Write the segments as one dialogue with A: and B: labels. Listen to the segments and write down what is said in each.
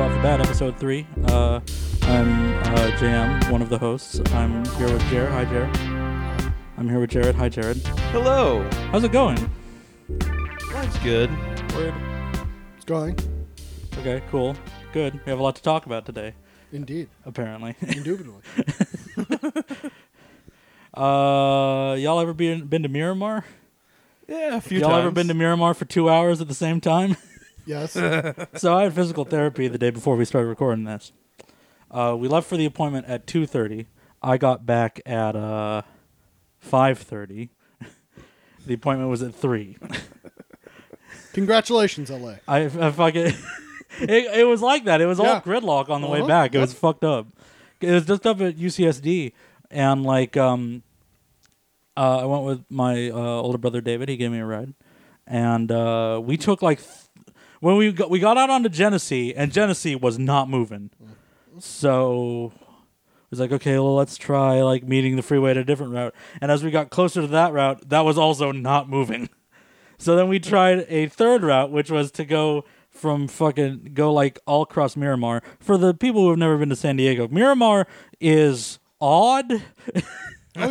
A: episode three. Uh, I'm uh, JM, one of the hosts. I'm here with Jared. Hi, Jared. I'm here with Jared. Hi, Jared.
B: Hello.
A: How's it going?
B: Life's good.
A: Word.
C: It's going.
A: Okay, cool. Good. We have a lot to talk about today,
C: Indeed.
A: apparently.
C: Indubitably.
A: uh, y'all ever been, been to Miramar?
B: Yeah, a few
A: y'all
B: times.
A: ever been to Miramar for two hours at the same time?
C: yes.
A: so I had physical therapy the day before we started recording this. Uh, we left for the appointment at two thirty. I got back at uh, five thirty. the appointment was at three.
C: Congratulations, LA.
A: I, I fucking it, it was like that. It was all
C: Yeah.
A: gridlock on the way
C: Uh-huh.
A: back. It
C: Yep.
A: was fucked up. It was just up at UCSD, and like um, uh, I went with my uh, older brother David. He gave me a ride, and uh, we took like th- when we got, we got out onto Genesee, and Genesee was not moving. So it was like, okay, well, let's try like meeting the freeway at a different route. And as we got closer to that route, that was also not moving. So then we tried a third route, which was to go from fucking go like all across Miramar. For the people who have never been to San Diego, Miramar is odd.
C: Oh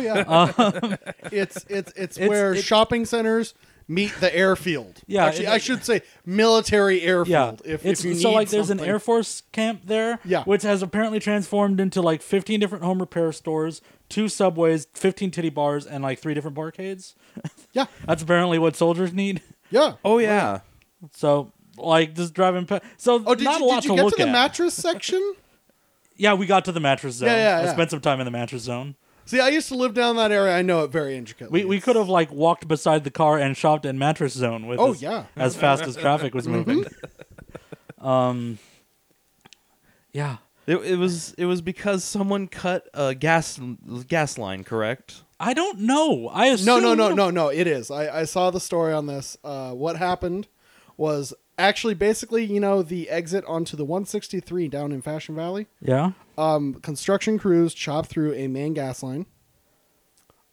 C: yeah. it's it's it's, where
A: Um, it-
C: shopping centers meet the airfield.
A: Yeah,
C: Actually,
A: it-
C: I should say military
A: Yeah,
C: airfield. If,
A: it's
C: if you
A: so
C: need
A: like there's an
C: something.
A: Air Force camp there,
C: Yeah.
A: which has apparently transformed into like 15 different home repair stores, two subways, 15 titty bars, and like three different barcades.
C: Yeah.
A: That's apparently what soldiers need.
C: Yeah. Oh,
B: Oh yeah.
A: So like just driving past. So
C: Oh, did
A: not a
C: you,
A: lot
C: did you
A: to
C: get
A: look
C: to the
A: at.
C: mattress section?
A: yeah, we got to the mattress zone.
C: Yeah, yeah,
A: I
C: yeah.
A: spent some time in the mattress zone.
C: See, I used to live down that area. I know it very intricately.
A: We, we
C: It's-
A: could have like walked beside the car and shopped in mattress zone with
C: Oh,
A: as,
C: yeah. Mm-hmm.
A: as fast as traffic was moving. um, yeah,
B: It, it was it was because someone cut a gas gas line, correct?
A: I don't know. I assume
C: No, no, no, no, no. It is. I, I saw the story on this. Uh, what happened was actually basically, you know, the exit onto the 163 down in Fashion Valley.
A: Yeah,
C: Um, construction crews chopped through a main gas line.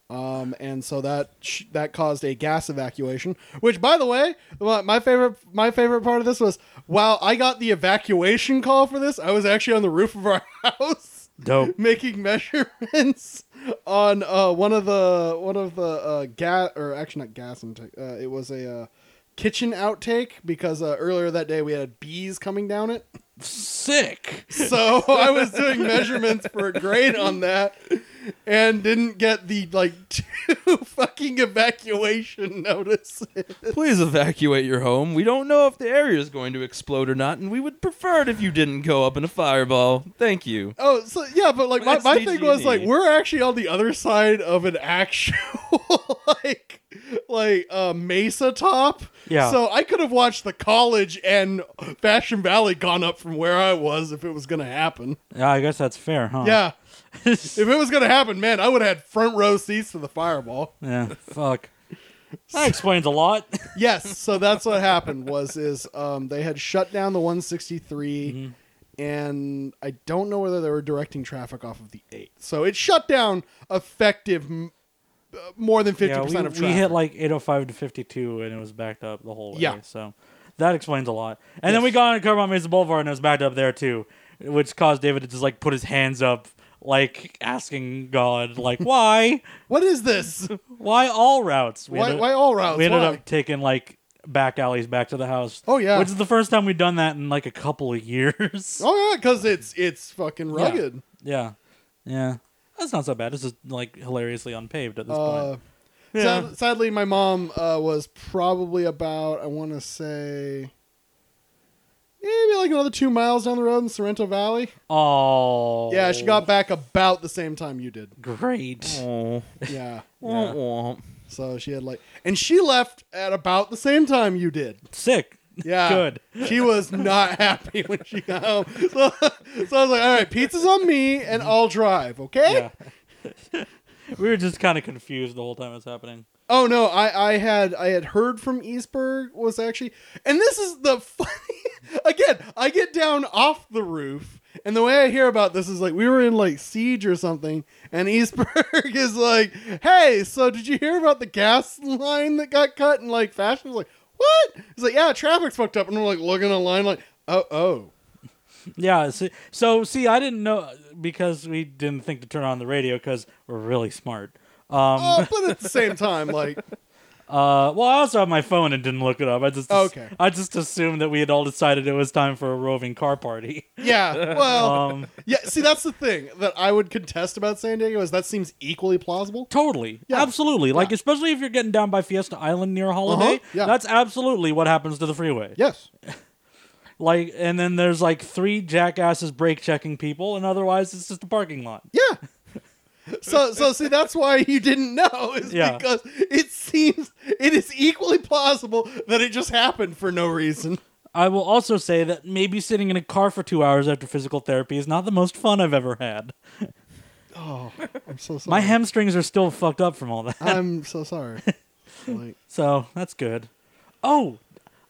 C: Um, and so that sh- that caused a gas evacuation. Which, by the way, my my favorite my favorite part of this was wow. I got the evacuation call for this. I was actually on the roof of our house
A: dope.
C: making measurements on uh, one of the one of the uh, gas or actually not gas intake. Uh, it was a uh, kitchen outtake because uh, earlier that day we had bees coming down it.
A: Sick.
C: So I was doing measurements for a grade on that and didn't get the like two fucking evacuation notices.
B: Please evacuate your home. We don't know if the area is going to explode or not, and we would prefer it if you didn't go up in a fireball. Thank you.
C: Oh, so yeah, but like my,
B: That's
C: my thing was
B: DGD.
C: like we're actually on the other side of an actual like like uh, mesa top.
A: Yeah.
C: So I could have watched the college and Fashion Valley gone up from where I was if it was gonna happen.
A: Yeah, I guess that's fair, huh?
C: Yeah. If it was gonna happen, man, I would have had front row seats to the fireball.
A: yeah. Fuck. That explains a lot.
C: yes so that's what happened was is um, they had shut down the 163
A: Mm-hmm.
C: and i don't know whether they were directing traffic off of the 8 so it shut down effective m- uh, more than 50%
A: yeah, we,
C: of traffic
A: we hit like 805 to 52, and it was backed up the whole way.
C: Yeah.
A: So that explains a lot. And then we got on Carbon Mesa Boulevard, and it was backed up there too, which caused David to just like put his hands up, like asking God, like, why?
C: what is this
A: Why all routes? We
C: why,
A: ended-
C: why all routes
A: We ended
C: Why?
A: up taking like back alleys back to the house.
C: Oh, yeah.
A: Which is the first time we've done that in like a couple of years.
C: oh yeah because it's it's fucking rugged
A: Yeah. Yeah. That's not so bad. It's just like hilariously unpaved at this
C: uh,
A: point.
C: sad- sadly my mom uh, was probably about i want to say maybe like another two miles down the road in sorrento valley
A: Oh.
C: yeah she got back about the same time you did
A: Great.
B: Oh,
C: yeah
A: Yeah.
C: So she had like, and she left at about the same time you did.
A: Sick.
C: Yeah,
A: Good.
C: She was not happy when she got home. So, so I was like, all right, pizza's on me, and I'll drive. Okay.
A: Yeah. we were just kind of confused the whole time it was happening.
C: Oh no, I I had I had heard from Eastburg was actually, and this is the funny. Again, I get down off the roof, and the way I hear about this is like we were in like siege or something, and Eastburg is like, "Hey, so did you hear about the gas line that got cut?" And like, fashion was like, "What?" He's like, "Yeah, traffic's fucked up," and we're like looking online, like, "Oh oh."
A: Yeah. So, so see, I didn't know because we didn't think to turn on the radio because we're really smart. Um,
C: Oh, but at the same time, like
A: uh, well, I also have my phone and didn't look it up. I just
C: Okay.
A: I just assumed that we had all decided it was time for a roving car party.
C: yeah, well,
A: Um,
C: yeah. See, that's the thing that I would contest about San Diego is that seems equally plausible.
A: Totally.
C: Yeah.
A: Absolutely. Like,
C: Yeah.
A: especially if you're getting down by Fiesta Island near Holiday,
C: Uh-huh. Yeah.
A: that's absolutely what happens to the freeway.
C: Yes.
A: Like, and then there's like three jackasses brake checking people, and otherwise it's just a parking lot.
C: Yeah. So so see that's why you didn't know is
A: Yeah.
C: because it seems it is equally plausible that it just happened for no reason.
A: I will also say that maybe sitting in a car for two hours after physical therapy is not the most fun I've ever had.
C: Oh, I'm so sorry.
A: My hamstrings are still fucked up from all that.
C: I'm so sorry. Like,
A: So that's good. Oh,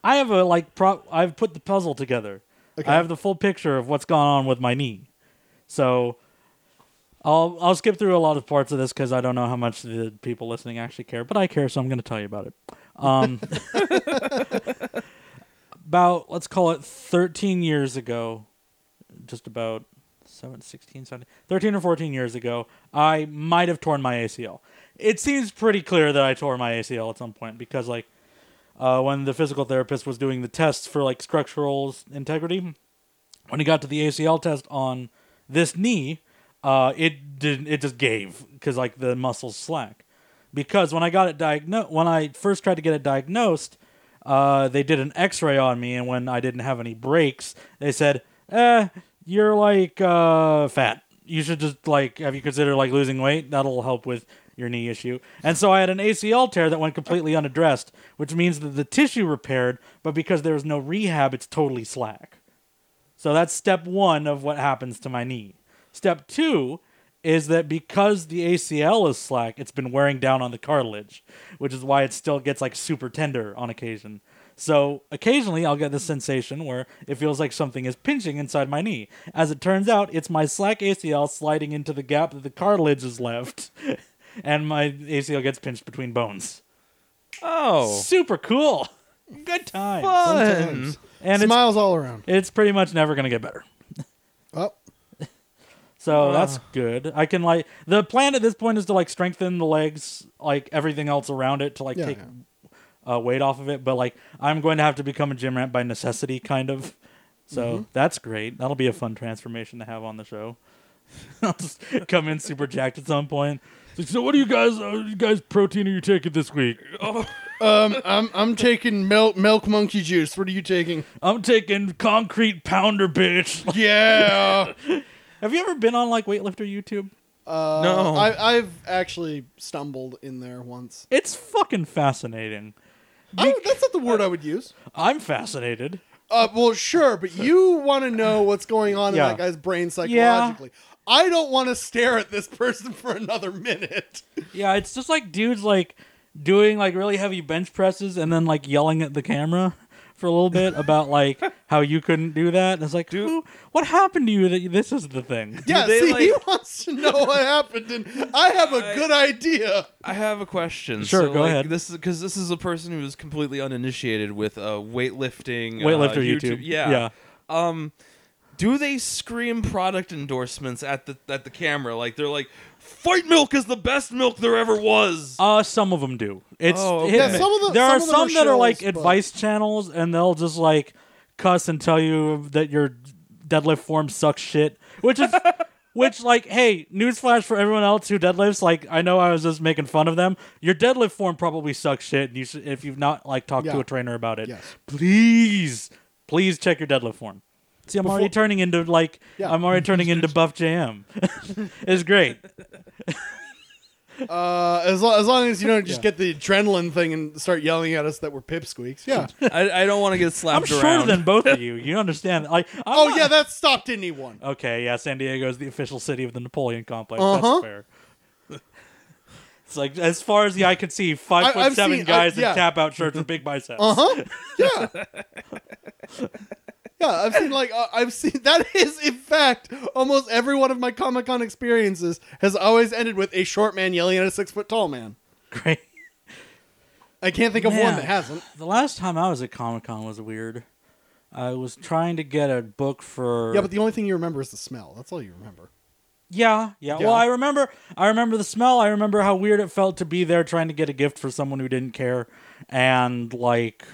A: I have a like prop. I've put the puzzle together.
C: Okay.
A: I have the full picture of what's gone on with my knee. So I'll I'll skip through a lot of parts of this because I don't know how much the people listening actually care, but I care, so I'm going to tell you about it. Um, about let's call it 13 years ago, just about seven, 16, 17, 13 or 14 years ago, I might have torn my ACL. It seems pretty clear that I tore my ACL at some point because, like, uh, when the physical therapist was doing the tests for like structural s- integrity, when he got to the ACL test on this knee, uh, it did it just gave because like the muscles slack. Because when I got it diagnosed, when I first tried to get it diagnosed, uh, they did an X-ray on me, and when I didn't have any breaks, they said, "Eh, you're like uh, fat. You should just like have you considered like losing weight? That'll help with your knee issue." And so I had an ACL tear that went completely unaddressed, which means that the tissue repaired, but because there was no rehab, it's totally slack. So that's step one of what happens to my knee. Step two is that because the ACL is slack, it's been wearing down on the cartilage, which is why it still gets like super tender on occasion. So occasionally I'll get this sensation where it feels like something is pinching inside my knee. As it turns out, it's my slack ACL sliding into the gap that the cartilage has left, and my ACL gets pinched between bones.
B: Oh,
A: Super cool. Good time.
B: fun.
C: sometimes.
A: Uh, And it's,
C: Smiles all around.
A: it's pretty much never going to get better.
C: Oh,
A: So that's good. I can like the plan at this point is to like strengthen the legs, like everything else around it to like
C: Yeah,
A: take Uh, weight off of it. But like I'm going to have to become a gym rat by necessity, kind of. So that's great. That'll be a fun transformation to have on the show. I'll just come in super jacked at some point. It's like, so what do you guys, uh, you guys protein are you taking this week?
C: um, I'm I'm taking milk milk monkey juice. What are you taking?
A: I'm taking concrete pounder, bitch.
C: Yeah.
A: have you ever been on like weightlifter YouTube?
C: Uh,
B: No.
C: I, I've actually stumbled in there once.
A: It's fucking fascinating.
C: I, that's not the word I would use.
A: I'm fascinated.
C: Uh, well, sure, but you want to know what's going on
A: Yeah.
C: in that guy's brain psychologically. I don't want to stare at this person for another minute.
A: Yeah, it's just like dudes like doing like really heavy bench presses and then like yelling at the camera for a little bit about like how you couldn't do that. And it's like,
B: Dude.
A: who? What happened to you that you- this is the thing?
C: Yeah,
B: they,
C: see, he
B: like-
C: wants to know what happened, and I have a
B: I-
C: good idea.
B: I have a question.
A: Sure,
B: So,
A: go
B: like,
A: ahead.
B: This is because this is a person who is completely uninitiated with uh, weightlifting,
A: Weightlifter
B: uh,
A: YouTube.
B: Yeah.
A: yeah.
B: Um, do they scream product endorsements at the at the camera? Like they're like, "Fight milk is the best milk there ever was."
A: Uh, some of them do. It's
B: Oh, okay.
A: hit
B: Yeah,
A: me.
C: some of the-
A: there
C: some
A: are
C: of
A: some
C: them are
A: that are like
C: shills, but-
A: advice channels, and they'll just like cuss and tell you that your deadlift form sucks shit, which is. Which like, hey, newsflash for everyone else who deadlifts. Like, I know I was just making fun of them. Your deadlift form probably sucks shit. And you should, if you've not like talked to
C: Yeah.
A: a trainer about it,
C: Yes.
A: please, please check your deadlift form. See, I'm already turning into like,
C: Yeah.
A: I'm already turning into Buff JM. it's great.
C: Uh, as, lo- as long as you don't just get the adrenaline thing and start yelling at us that we're pipsqueaks. Yeah.
B: I, I don't want to get slapped.
A: I'm shorter
B: around.
A: than both of you. You understand? Like, I'm
C: oh,
A: not-
C: yeah, that stopped anyone.
A: Okay, yeah, San Diego is the official city of the Napoleon Complex.
C: Uh-huh.
A: That's fair. it's like as far as the eye could see, five
C: I-
A: foot
C: I've
A: seven
C: seen-
A: guys
C: I've- yeah.
A: in tap out shirts with big biceps.
C: Uh huh. Yeah. yeah, I've seen like uh, I've seen that is in fact almost every one of my Comic Con experiences has always ended with a short man yelling at a six foot tall man.
A: Great.
C: I can't think of one
A: Man.
C: that hasn't.
A: The last time I was at Comic Con was weird. I was trying to get a book for
C: Yeah, but the only thing you remember is the smell. That's all you remember.
A: yeah, yeah.
C: Yeah.
A: Well, I remember I remember the smell. I remember how weird it felt to be there trying to get a gift for someone who didn't care and like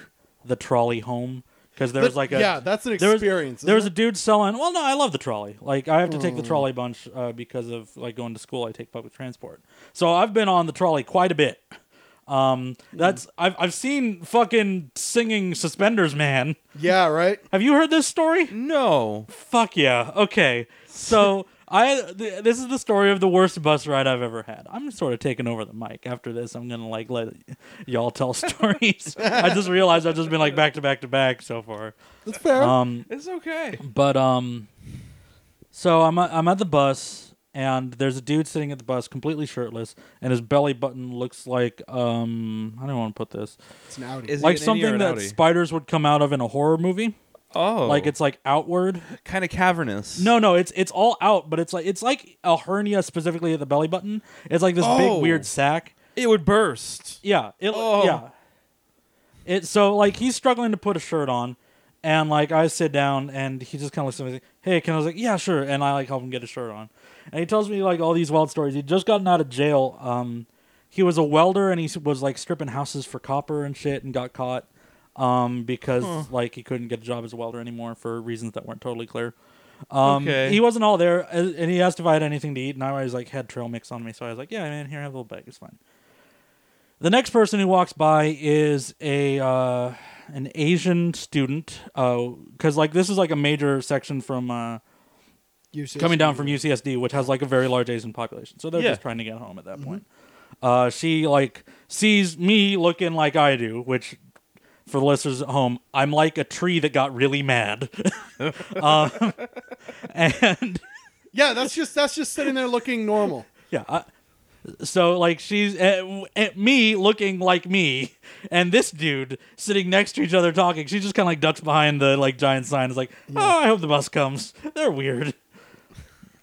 A: the trolley home because there was
C: But-
A: like a
C: yeah, that's an
A: there was-
C: experience.
A: There was a
C: isn't
A: dude selling. Well, no, I love the trolley. Like I have to take the trolley bunch uh, because of like going to school. I take public transport, so I've been on the trolley quite a bit. Um, that's I've I've seen fucking singing suspenders, man.
C: it? yeah, right.
A: Have you heard this story?
B: No.
A: Fuck yeah. Okay, so I th- this is the story of the worst bus ride I've ever had. I'm sort of taking over the mic after this. I'm gonna like let y- y'all tell stories. I just realized I've just been like back to back to back so far.
C: That's fair.
A: Um,
B: It's okay.
A: but um, so I'm I'm at the bus and there's a dude sitting at the bus completely shirtless and his belly button looks like um I don't want to put this
C: it's an Audi.
B: Is- it
A: like
B: an innie or
A: something
B: an
A: that
B: outie?
A: spiders would come out of in a horror movie.
B: Oh,
A: Like it's like outward.
B: kind of cavernous.
A: No, no, it's it's all out, but it's like it's like a hernia specifically at the belly button. It's like this
B: Oh.
A: big weird sack.
B: it would burst.
A: Yeah. It,
B: Oh.
A: Yeah. It so like he's struggling to put a shirt on, and like I sit down and he just kind of looks at me like, "Hey," can I was like, "Yeah, sure," and I like help him get a shirt on, and he tells me like all these wild stories. He'd just gotten out of jail. Um, he was a welder and he was like stripping houses for copper and shit and got caught. Um, because like he couldn't get a job as a welder anymore for reasons that weren't totally clear. Um,
B: Okay.
A: He wasn't all there, uh, and and he asked if I had anything to eat, and I always like had trail mix on me, so I was like, "Yeah, man, here have a little bag, it's fine." The next person who walks by is a uh, an Asian student, because like this is like a major section from uh,
C: You see-
A: coming down from UCSD, which has like a very large Asian population. So they're
B: Yeah.
A: just trying to get home at that point. Uh, she like sees me looking like I do, which for the listeners at home, I'm like a tree that got really mad, um, and
C: Yeah, that's just that's just sitting there looking normal.
A: yeah. I, so like she's at, w- at me looking like me, and this dude sitting next to each other talking. She just kind of like ducks behind the like giant sign. Is like, oh, I hope the bus comes. They're weird.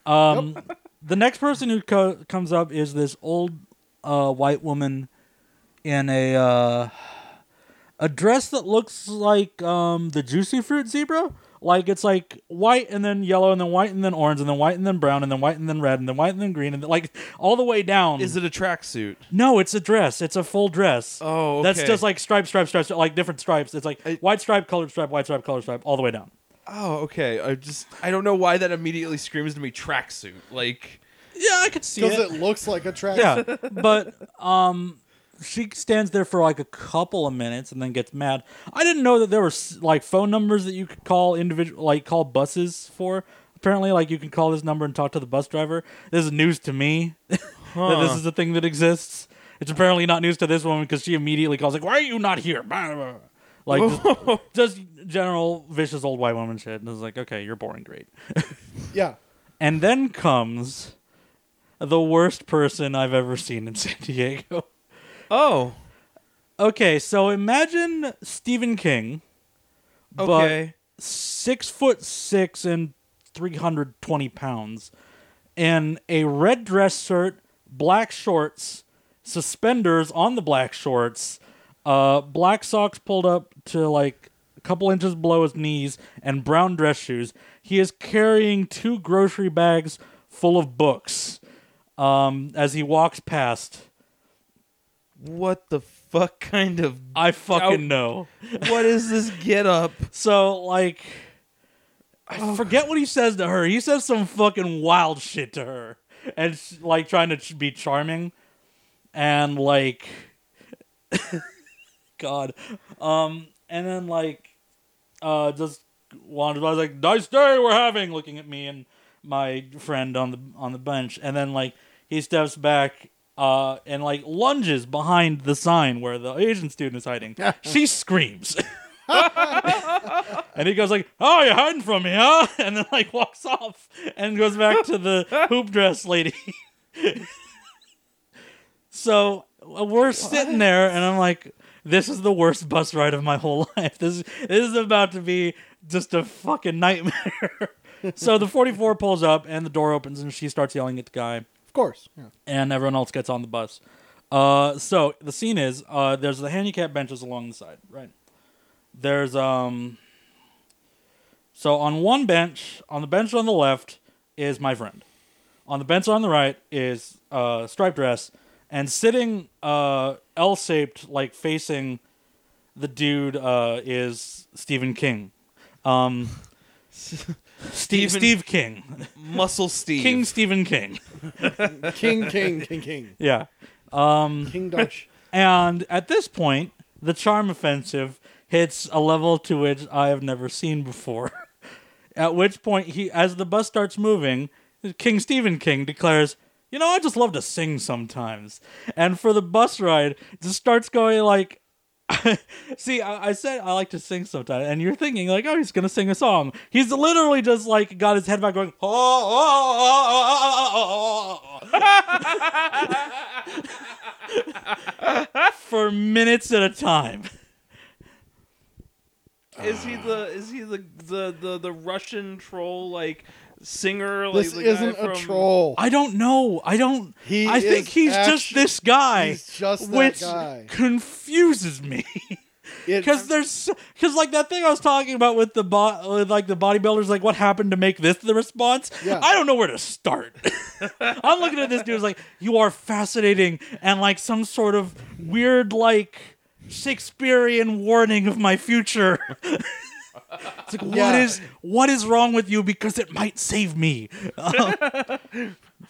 A: Um, the next person who co- comes up is this old uh, white woman in a uh, a dress that looks like um, the juicy fruit zebra. Like it's like white and then yellow and then white and then orange and then white and then brown and then white and then red and then white and then green and then, like all the way down.
B: Is it a tracksuit?
A: No, it's a dress. It's a full dress.
B: Oh,
A: that's
B: okay.
A: just like stripe, stripe, stripe, stripe, like different stripes. It's like
B: I-
A: white stripe, colored stripe, white stripe, colored stripe, all the way down.
B: Oh, okay. I just I don't know why that immediately screams to me tracksuit. Like
A: Yeah, I could see
C: Because it looks like a track.
A: yeah but um she stands there for like a couple of minutes and then gets mad i didn't know that there were s- like phone numbers that you could call individual like call buses for apparently like you can call this number and talk to the bus driver this is news to me that this is a thing that exists it's apparently not news to this woman because she immediately calls like why are you not here Blah, blah, blah. like just, just general vicious old white woman shit and it's like okay you're boring great
C: Yeah.
A: and then comes the worst person I've ever seen in San Diego.
B: oh,
A: Okay, so imagine Stephen King, but
B: okay.
A: six foot six and 320 pounds, in a red dress shirt, black shorts, suspenders on the black shorts, uh, black socks pulled up to like a couple inches below his knees, and brown dress shoes. He is carrying two grocery bags full of books um, as he walks past.
B: what the fuck kind of
A: I fucking
B: Out-
A: know.
B: what is this get up?
A: So like I forget what he says to her. He says some fucking wild shit to her and sh- like trying to ch- be charming and like god um and then like uh just wandered by. I was like nice day we're having looking at me and my friend on the on the bench and then like he steps back uh and like lunges behind the sign where the Asian student is hiding. she screams. And he goes like, "Oh, you're hiding from me, huh?" And then like walks off and goes back to the hoop dress lady. so uh, we're sitting there, and I'm like, "This is the worst bus ride of my whole life. This this is about to be just a fucking nightmare." so the 44 pulls up, and the door opens, and she starts yelling at the guy
C: Of course. Yeah.
A: and everyone else gets on the bus. Uh, so the scene is uh, there's the handicap benches along the side, right? There's um, So on one bench, on the bench on the left is my friend. On the bench on the right is uh, striped dress, and sitting uh, L-shaped, like facing the dude, uh, is Stephen King. Um, Steve
B: Stephen-
A: Steve King,
B: Muscle Steve.
A: King Stephen King.
C: King, king, king, king,
A: Yeah.
C: king Dutch.
A: And at this point, the charm offensive hits a level to which I have never seen before. at which point, he, as the bus starts moving, King Stephen King declares, "You know, I just love to sing sometimes." And for the bus ride, just starts going like. See, I, I said I like to sing sometimes, and you're thinking like, "Oh, he's gonna sing a song." He's literally just like got his head back, going, "Oh, oh, oh, oh, oh, oh, oh, oh," for minutes at a time.
B: Is
C: Ah.
B: he the is he the the the, the Russian troll like singer? Like
C: This
B: the guy
C: isn't a
B: from-
C: troll.
A: I don't know. I don't.
C: He
A: I think
C: is
A: he's just
C: actu-
A: this guy,
C: he's just that
A: which
C: guy.
A: confuses me.
C: It-
A: Because there's, because like that thing I was talking about with the bo- with like the bodybuilders, like what happened to make this the response?
C: Yeah.
A: I don't know where to start. I'm looking at this dude, it's like you are fascinating, and like some sort of weird like Shakespearean warning of my future. it's like what
C: Yeah.
A: is what is wrong with you? Because it might save me.
C: uh,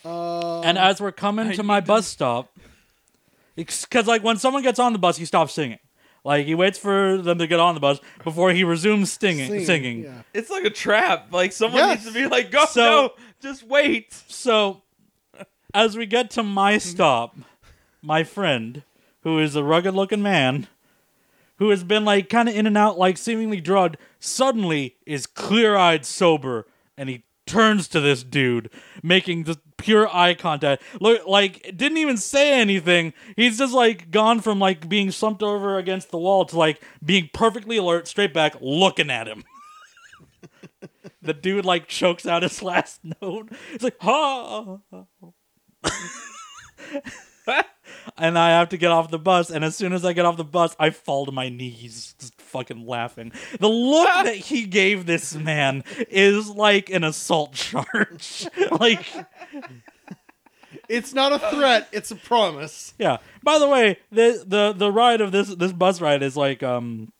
A: And as we're coming Um, to my bus stop, because like when someone gets on the bus, he stops singing. Like he waits for them to get on the bus before he resumes singing. Singing.
C: yeah.
B: It's like a trap. Like someone
C: Yes.
B: needs to be like, go
A: So-
B: no, just wait.
A: So, as we get to my stop, my friend, who is a rugged-looking man, who has been like kind of in and out, like seemingly drugged, suddenly is clear-eyed sober, and he turns to this dude, making just pure eye contact. Look, like didn't even say anything. He's just like gone from like being slumped over against the wall to like being perfectly alert, straight back, looking at him. the dude like chokes out his last note. It's like ha. and I have to get off the bus, and as soon as I get off the bus, I fall to my knees, just fucking laughing. The look that he gave this man is like an assault charge. like,
C: It's not a threat. It's a promise.
A: yeah. By the way, the the the ride of this this bus ride is like um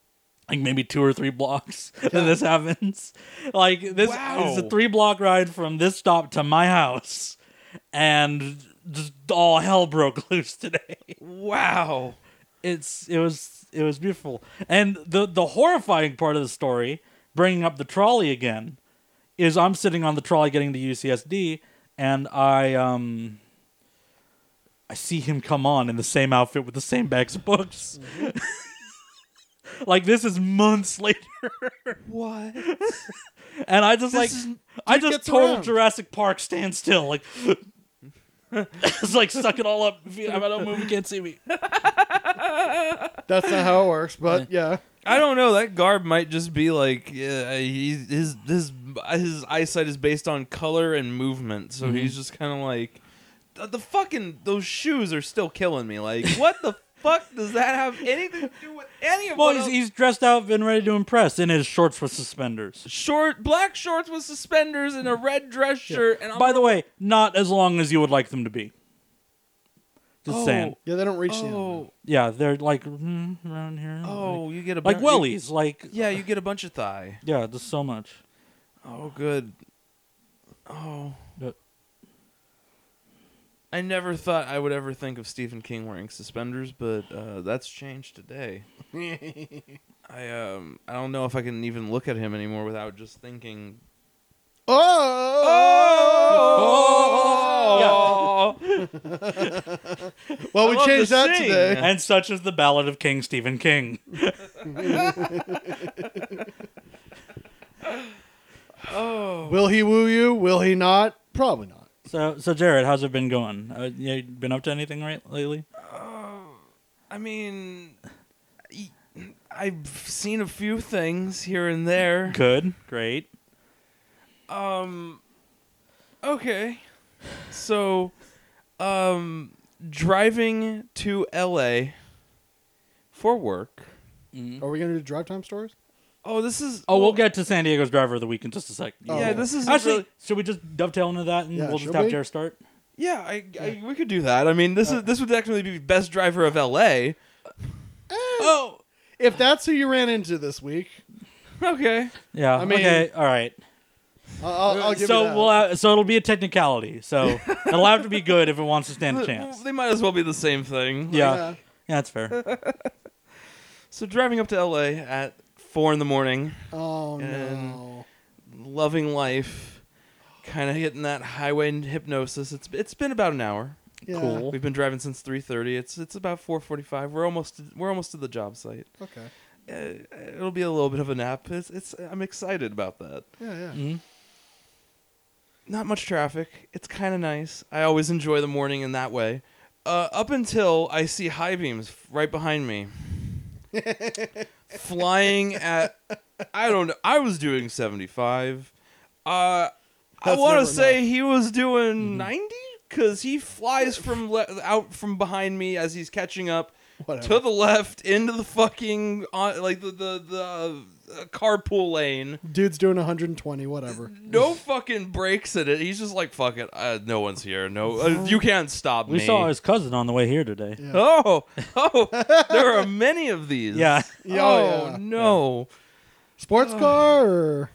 A: like maybe two or three blocks that this happens. Like this
B: Wow.
A: is a three block ride from this stop to my house, and just all hell broke loose today.
B: Wow.
A: It's it was it was beautiful, and the the horrifying part of the story, bringing up the trolley again, is I'm sitting on the trolley getting to UCSD, and I um. I see him come on in the same outfit with the same bags of books. like this is months later,
B: What?
A: and I just like I just
C: gets
A: total
C: around.
A: Jurassic Park stand still, like it's like suck it all up. If you- I'm out of the movie, can't see me.
C: That's not how it works, but yeah.
B: I don't know. That garb might just be like yeah, he's, his his his eyesight is based on color and movement,
C: Mm-hmm.
B: so he's just kind of like the, the fucking those shoes are still killing me. Like what the fuck does that have anything to do with any of
A: Well,
B: what
A: he's,
B: else-
A: he's dressed up and ready to impress in his shorts with suspenders.
B: short black shorts with suspenders and a red dress shirt? And I'm
A: By the way, not as long as you would like them to be. Just
B: Oh.
A: saying.
C: Yeah, they don't reach the end.
B: oh
A: Yeah, they're like mm, around here.
B: oh you get a
A: like, like
B: bu- you-
A: wellies. Like
B: Yeah, you get a bunch of thigh.
A: yeah, just so much.
B: Oh good. Oh.
A: But-
B: I never thought I would ever think of Stephen King wearing suspenders, but uh, that's changed today. I um I don't know if I can even look at him anymore without just thinking.
C: Oh!
A: Oh!
C: Well, we
B: love
C: changed
B: to
C: that
B: sing.
C: today.
A: and such is the ballad of King Stephen King.
B: Oh.
C: Will he woo you? Will he not? Probably not.
A: So, so Jared, how's it been going? Uh, you been up to anything right lately?
B: oh. I mean, y- I've seen a few things here and there.
A: Good, great.
B: Um. Okay. So, um, driving to L.A. for work.
C: Are we going to do drive time stories?
B: Oh, this is.
A: Oh, we'll get to San Diego's driver of the week in just a sec.
B: Yeah, this is
A: actually.
B: really-
A: Should we just dovetail into that and
C: Yeah,
A: we'll just
C: should
A: have
C: we?
A: Jer start?
B: Yeah, I, I, we could do that. I mean, this
A: Uh.
B: is this would actually be best driver of L.A.
A: Eh.
B: Oh,
C: If that's who you ran into this week,
B: okay.
A: Yeah.
C: I mean-
A: okay. All right.
C: I'll, I'll, I'll give
A: so
C: it that.
A: we'll have, so it'll be a technicality. So it'll have to be good if it wants to stand a chance.
B: They might as well be the same thing.
A: Yeah. Yeah, that's fair.
B: So driving up to L.A. at four in the morning,
C: Oh
B: And-
C: no.
B: loving life, kind of hitting that highway in hypnosis. It's it's been about an hour.
C: Yeah.
A: Cool.
B: We've been driving since three thirty. It's it's about four forty five. We're almost we're almost to the job site.
C: Okay.
B: Uh, it'll be a little bit of a nap. It's it's I'm excited about that.
C: Yeah, yeah.
A: Mhm.
B: not much traffic. It's kind of nice. I always enjoy the morning in that way. Uh, up until I see high beams f- right behind me, flying at I don't know. I was doing seventy five. Uh, I
C: That's
B: want to
C: never Mm-hmm.
B: say he was doing ninety because he flies from le- out from behind me as he's catching up
C: Whatever.
B: to the left into the fucking on, like the the the uh, carpool lane
C: Dude's doing 120, whatever.
B: no fucking brakes in it. He's just like, fuck it. Uh, no one's here. No, uh, you can't stop
A: We
B: me.
A: saw his cousin on the way here today.
C: Yeah.
B: Oh, oh, there are many of these.
A: Yeah.
C: Yeah,
B: oh
C: yeah.
B: no.
C: Sports car or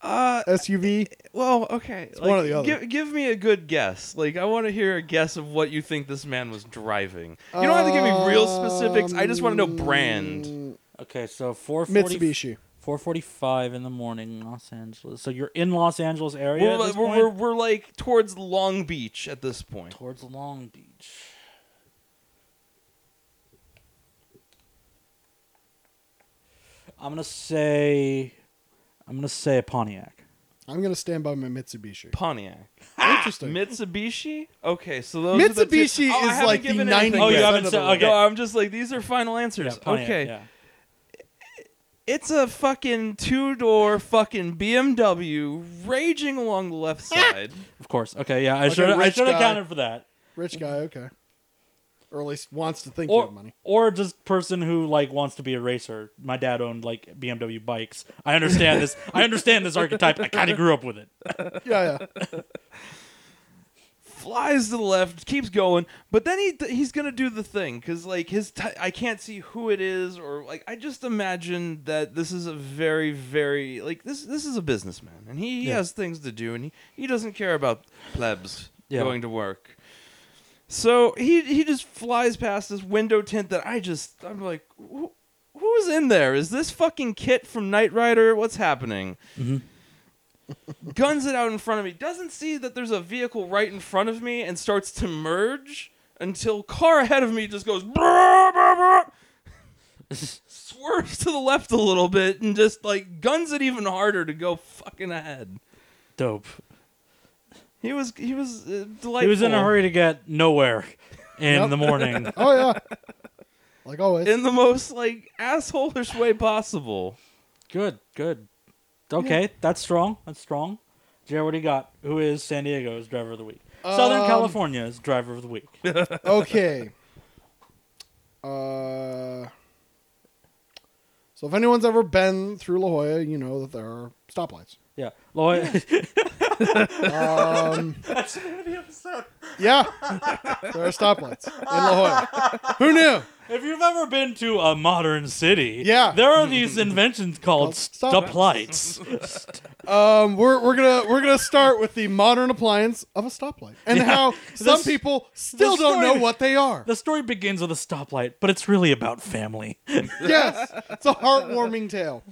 B: Uh,
C: SUV?
B: well, okay.
C: one
B: like,
C: or the other.
B: Give, give me a good guess. Like, I want to hear a guess of what you think this man was driving. You don't have to give me real specifics. I just want to know brand.
C: Um,
A: Okay, so 440,
C: Mitsubishi.
A: 445 in the morning, Los Angeles. So you're in Los Angeles area
B: We're,
A: at
B: like-
A: this
B: we're,
A: point?
B: we're, we're like towards Long Beach at this point.
A: towards Long Beach. I'm gonna say, I'm gonna say a Pontiac.
C: I'm gonna stand by my Mitsubishi.
B: Pontiac.
C: Interesting.
B: Mitsubishi? Okay, so those are the two-
C: Mitsubishi
B: Oh, I
C: is
B: haven't
C: like the
B: given
C: 90
B: anything
A: Oh, you
B: yet.
A: haven't said- okay.
B: No, I'm just like these are final
A: Yeah,
B: answers.
A: Pontiac,
B: okay.
A: yeah.
B: It's a fucking two-door fucking BMW raging along the left side.
A: of course. Okay, yeah, I
C: Like a
A: should I
C: rich
A: should have
C: guy.
A: counted for that.
C: Rich guy, okay. Or at least wants to think you
A: Or
C: have money.
A: or just person who like wants to be a racer. My dad owned like BMW bikes. I understand this. I understand this archetype. I kind of grew up with it.
C: Yeah, yeah.
B: Flies to the left, keeps going, but then he he's going to do the thing cuz like his t- I can't see who it is or like I just imagine that this is a very very like this this is a businessman and he, he
A: Yeah.
B: has things to do and he, he doesn't care about plebs
A: Yeah.
B: going to work. So he he just flies past this window tint that I just I'm like who who is in there? Is this fucking Kit from Knight Rider? What's happening? Guns it out in front of me. Doesn't see that there's a vehicle right in front of me and starts to merge until car ahead of me just goes brrr, brrr, brrr, swerves to the left a little bit and just like guns it even harder to go fucking ahead.
A: Dope.
B: He was he was uh, delightful.
A: He was in a hurry to get nowhere in
C: Yep.
A: the morning.
C: Oh yeah. Like always.
B: in the most like assholish way possible.
A: Good, good. Okay, that's strong. That's strong. Jared, what do you got? Who is San Diego's driver of the week? Southern
C: Um,
A: California's driver of the week.
C: okay. Uh, so if anyone's ever been through La Jolla, you know that there are stoplights.
A: yeah, Lloyd.
C: Um,
A: that's the name of the episode.
C: yeah, there are stoplights in La Jolla. Who knew?
A: If you've ever been to a modern city,
C: Yeah.
A: there are these inventions called
C: Called stop-
A: stoplights.
C: Um, we're we're gonna we're gonna start with the modern appliance of a stoplight and how some
A: This-
C: people still
A: this
C: don't know
A: story-
C: what they are.
A: the story begins with a stoplight, but it's really about family.
C: yes, it's a heartwarming tale.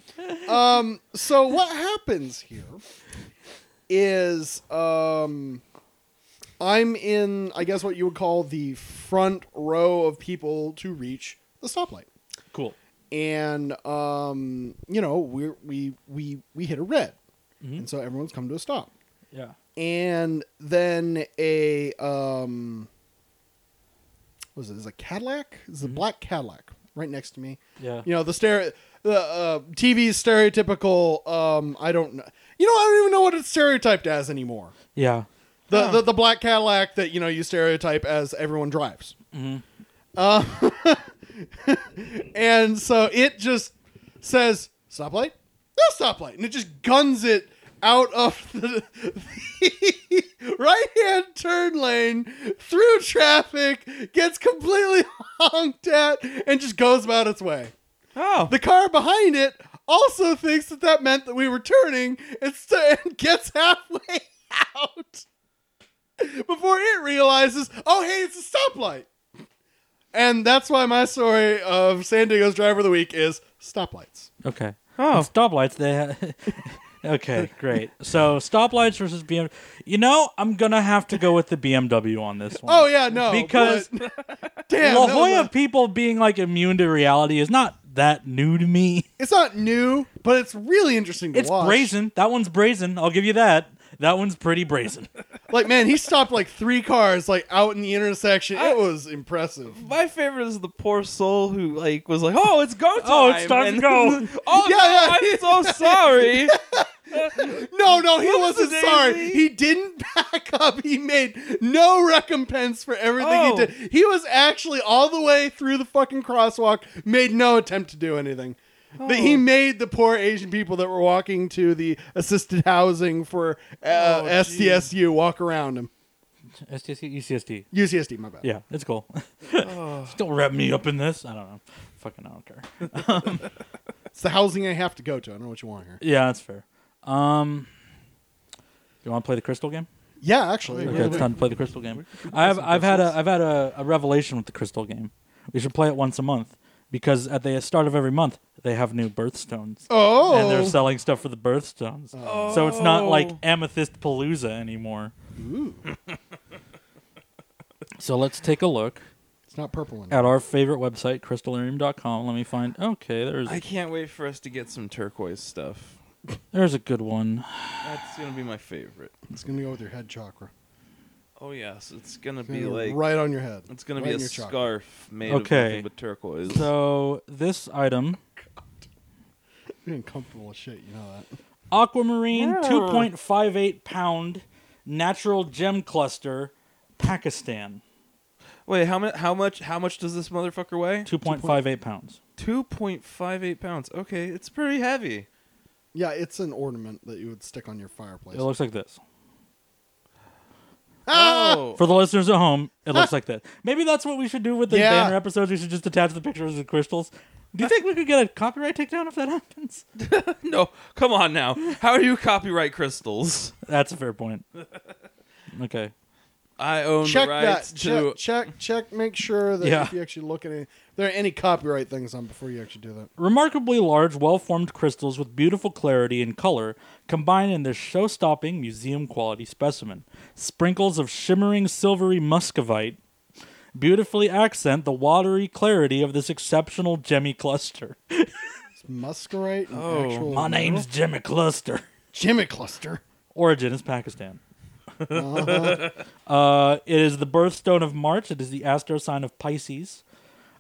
C: Um, so what happens here is um, I'm in, I guess, what you would call the front row of people to reach the stoplight,
A: cool.
C: and um, you know we we we we hit a red, and so everyone's come to a stop
A: Yeah.
C: and then a um what is it is a Cadillac? Is a black Cadillac right next to me.
A: Yeah.
C: You know, the stereo the uh TV's stereotypical um I don't know. You know, I don't even know what it's stereotyped as anymore.
A: Yeah.
C: The, the the black Cadillac that you know you stereotype as everyone drives. Uh, and so it just says stoplight, no stoplight, and it just guns it out of the, the right-hand turn lane through traffic, gets completely honked at, and just goes about its way.
B: Oh,
C: The car behind it also thinks that that meant that we were turning and, st- and gets halfway out before it realizes, oh, hey, it's a stoplight. And that's why my story of San Diego's Driver of the Week is stoplights.
A: Okay.
B: Oh.
A: And stoplights. They. Ha- okay, great. So stoplights versus BMW. You know, I'm gonna have to go with the BMW on this one.
C: Oh, yeah, no.
A: Because
C: but- damn,
A: La
C: that was
A: Jolla
C: a-
A: people being like immune to reality is not that new to me.
C: it's not new, but it's really interesting to
A: It's
C: watch.
A: brazen. That one's brazen. I'll give you that. That one's pretty brazen.
C: Like, man, he stopped like three cars like out in the intersection.
B: I-
C: it was impressive.
B: my favorite is the poor soul who like was like, "Oh, it's go time!"
A: Oh, it's time to
B: and-
A: go.
B: oh,
C: Yeah,
B: no,
C: yeah.
B: I'm so sorry.
C: No, no, he
B: Whoops,
C: wasn't
B: Daisy.
C: sorry. He didn't back up. He made no recompense for everything
B: Oh.
C: he did. He was actually all the way through the fucking crosswalk, made no attempt to do anything. But he
B: Oh.
C: made the poor Asian people that were walking to the assisted housing for uh,
B: Oh,
C: SDSU walk around him.
A: STC, UCSD.
C: UCSD, my bad.
A: Yeah, it's cool.
C: Oh.
A: Don't wrap me up in this. I don't know. Fucking, I don't care.
C: It's the housing I have to go to. I don't know what you want here.
A: Yeah, that's fair. Um, you want to play the crystal game?
C: Yeah, actually.
A: Okay, it's
C: really.
A: time to play the crystal game. I've I've had a I've had a, a revelation with the crystal game. We should play it once a month because at the start of every month they have new birthstones.
C: Oh.
A: And they're selling stuff for the birthstones. So it's not like amethyst palooza anymore.
C: Ooh,
A: So let's take a look
C: it's not purple anymore.
A: at our favorite website, crystalarium.com. Let me find okay, there's
B: I can't wait for us to get some turquoise stuff.
A: there's a good one.
B: That's gonna be my favorite.
C: It's going to go with your head chakra.
B: Oh yes, it's gonna
C: It's
B: be
C: gonna
B: like
C: right on your head.
B: it's gonna
C: Right
B: be
C: in
B: a
C: your chakra.
B: scarf made
A: Okay.
B: of nothing but turquoise.
A: So this item
C: You're uncomfortable as shit, you know that.
A: Aquamarine
B: Yeah.
A: 2.58 pound natural gem cluster, Pakistan.
B: Wait, how much? How much? How much does this motherfucker weigh?
A: 2.58 pounds.
B: Two point five eight pounds. Okay, it's pretty heavy.
C: Yeah, it's an ornament that you would stick on your fireplace.
A: It looks like this.
C: Ah!
B: Oh,
A: For the listeners at home, it looks like that. Maybe that's what we should do with the
C: Yeah.
A: banner episodes. We should just attach the pictures of crystals. Do you think we could get a copyright takedown if that happens?
B: no! Come on now. How do you copyright crystals?
A: That's a fair point. Okay.
B: I own
C: check
B: the rights
C: that.
B: to.
C: Check, check, check. Make sure that
A: Yeah.
C: if you actually look at any, there are any copyright things on before you actually do that.
A: Remarkably large, well formed crystals with beautiful clarity and color combine in this show stopping, museum quality specimen. Sprinkles of shimmering silvery muscovite beautifully accent the watery clarity of this exceptional gemmy cluster.
C: It's muscarite. And
B: Oh.
C: actual
A: My name's Jimmy Cluster.
C: Jimmy Cluster.
A: Origin is Pakistan. Uh, it is the birthstone of March. It is the astro sign of Pisces.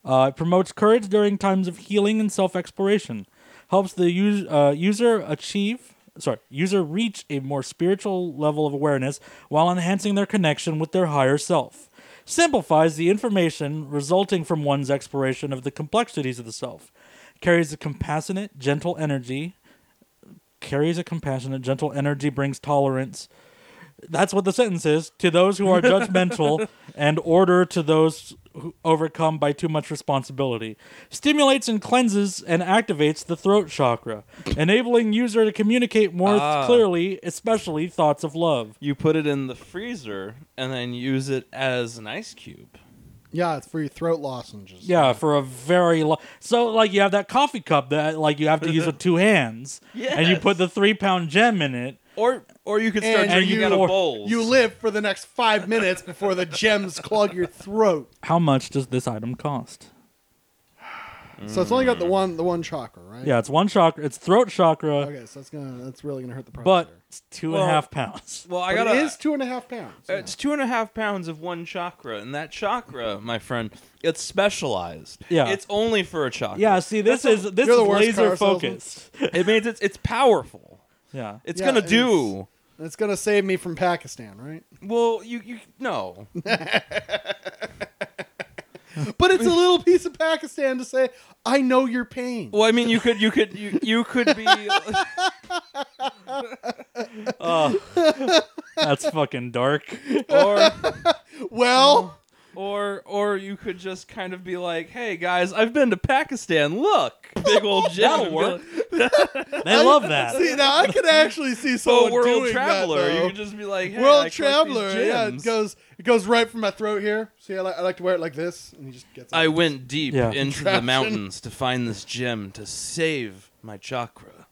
A: Uh, it promotes courage during times of healing and self-exploration. Helps the us- uh, user achieve, sorry, user reach a more spiritual level of awareness while enhancing their connection with their higher self. Simplifies the information resulting from one's exploration of the complexities of the self. Carries a compassionate, gentle energy. Carries a compassionate, gentle energy. Brings tolerance that's what the sentence is to those who are judgmental and order to those who overcome by too much responsibility stimulates and cleanses and activates the throat chakra enabling user to communicate more
B: Ah.
A: clearly especially thoughts of love
B: You put it in the freezer and then use it as an ice cube.
C: Yeah, it's for your throat lozenges.
A: yeah for a very long so like you have that coffee cup that like you have to use with two hands and you put the three pound gem in it
B: Or or you could start
C: And
B: drinking
A: you-
B: out
A: or-
B: of bowls.
C: You live for the next five minutes before the gems clog your throat.
A: how much does this item cost
C: So it's only got the one, the one chakra, right?
A: yeah it's one chakra it's throat chakra
C: Okay, so that's gonna, that's really gonna hurt the price.
A: but
C: there.
A: it's two and a
B: Well-
A: half pounds
B: well, I
C: But
B: got
C: it is two and a half pounds. yeah.
B: Uh, It's two and a half pounds of one chakra, and that chakra, my friend, it's specialized.
A: Yeah.
B: it's only for a chakra.
A: Yeah, see, this is this
C: you're
A: is
C: the worst
A: laser
C: car salesman.
A: focused.
B: it means it's it's powerful.
A: yeah,
B: It's
C: Yeah,
B: gonna
C: and
B: do.
C: It's gonna save me from Pakistan, right?
B: Well, you you no.
C: But it's It's a little piece of Pakistan to say, I know your pain.
B: Well, I mean, you could, you could, you, you could be.
A: Oh, that's fucking dark.
B: or
C: Well,
B: or or you could just kind of be like, "Hey guys, I've been to Pakistan. Look, big old Jim."
A: That'll
B: would be
A: work.
B: like,
A: They love that.
C: see, now I could actually see
B: So
C: someone
B: world
C: doing
B: traveler,
C: That, though.
B: you could just be like, hey,
C: world
B: I collect these
C: traveler. Yeah, it
B: gems.
C: goes it goes right from my throat here. See, I, li- I like to wear it like this, and he just gets.
B: I
C: it.
B: went deep
A: Yeah.
B: into the
C: Contraption.
B: mountains to find this gem to save my chakra.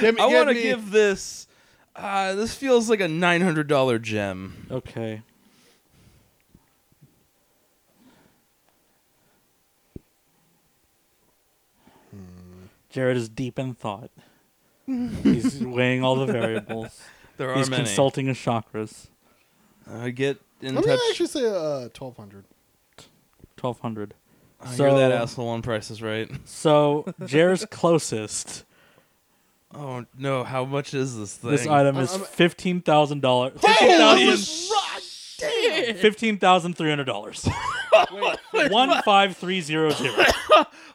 C: Damn it,
B: I
C: you had
B: want to
C: me-
B: give this. Uh, this feels like a nine hundred dollar gem.
A: Okay. Hmm. Jared is deep in thought. He's weighing all the variables.
B: There are
A: He's
B: many.
A: consulting his chakras.
B: I get in
C: I'm
B: touch.
C: gonna actually say uh, twelve hundred.
A: Twelve hundred.
B: I
A: So-
B: hear that asshole on Price is Right.
A: So Jared's closest.
B: Oh no! How much is this thing?
A: This item is
C: I'm- I'm-
A: fifteen thousand dollars. Fifteen thousand three hundred dollars. One five three zero zero.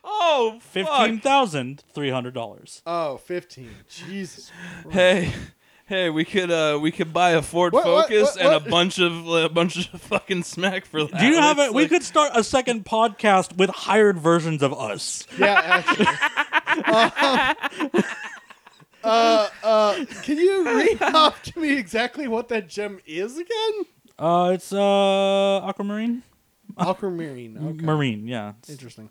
B: oh, fuck.
A: Fifteen thousand three hundred dollars.
C: Oh, 15. Jesus.
B: Hey, hey, we could uh we could buy a Ford
C: What, what,
B: Focus
C: what,
B: and
C: what?
B: a bunch of a bunch of fucking smack for
C: Uh,
B: that.
A: Do you have
B: It's
A: a? we
B: like-
A: could start a second podcast with hired versions of us.
C: Yeah, actually. Um, uh, uh, can you read off to me exactly what that gem is again?
A: Uh, it's uh aquamarine,
C: Aquamarine. Okay.
A: marine. Yeah, It's-
C: Interesting.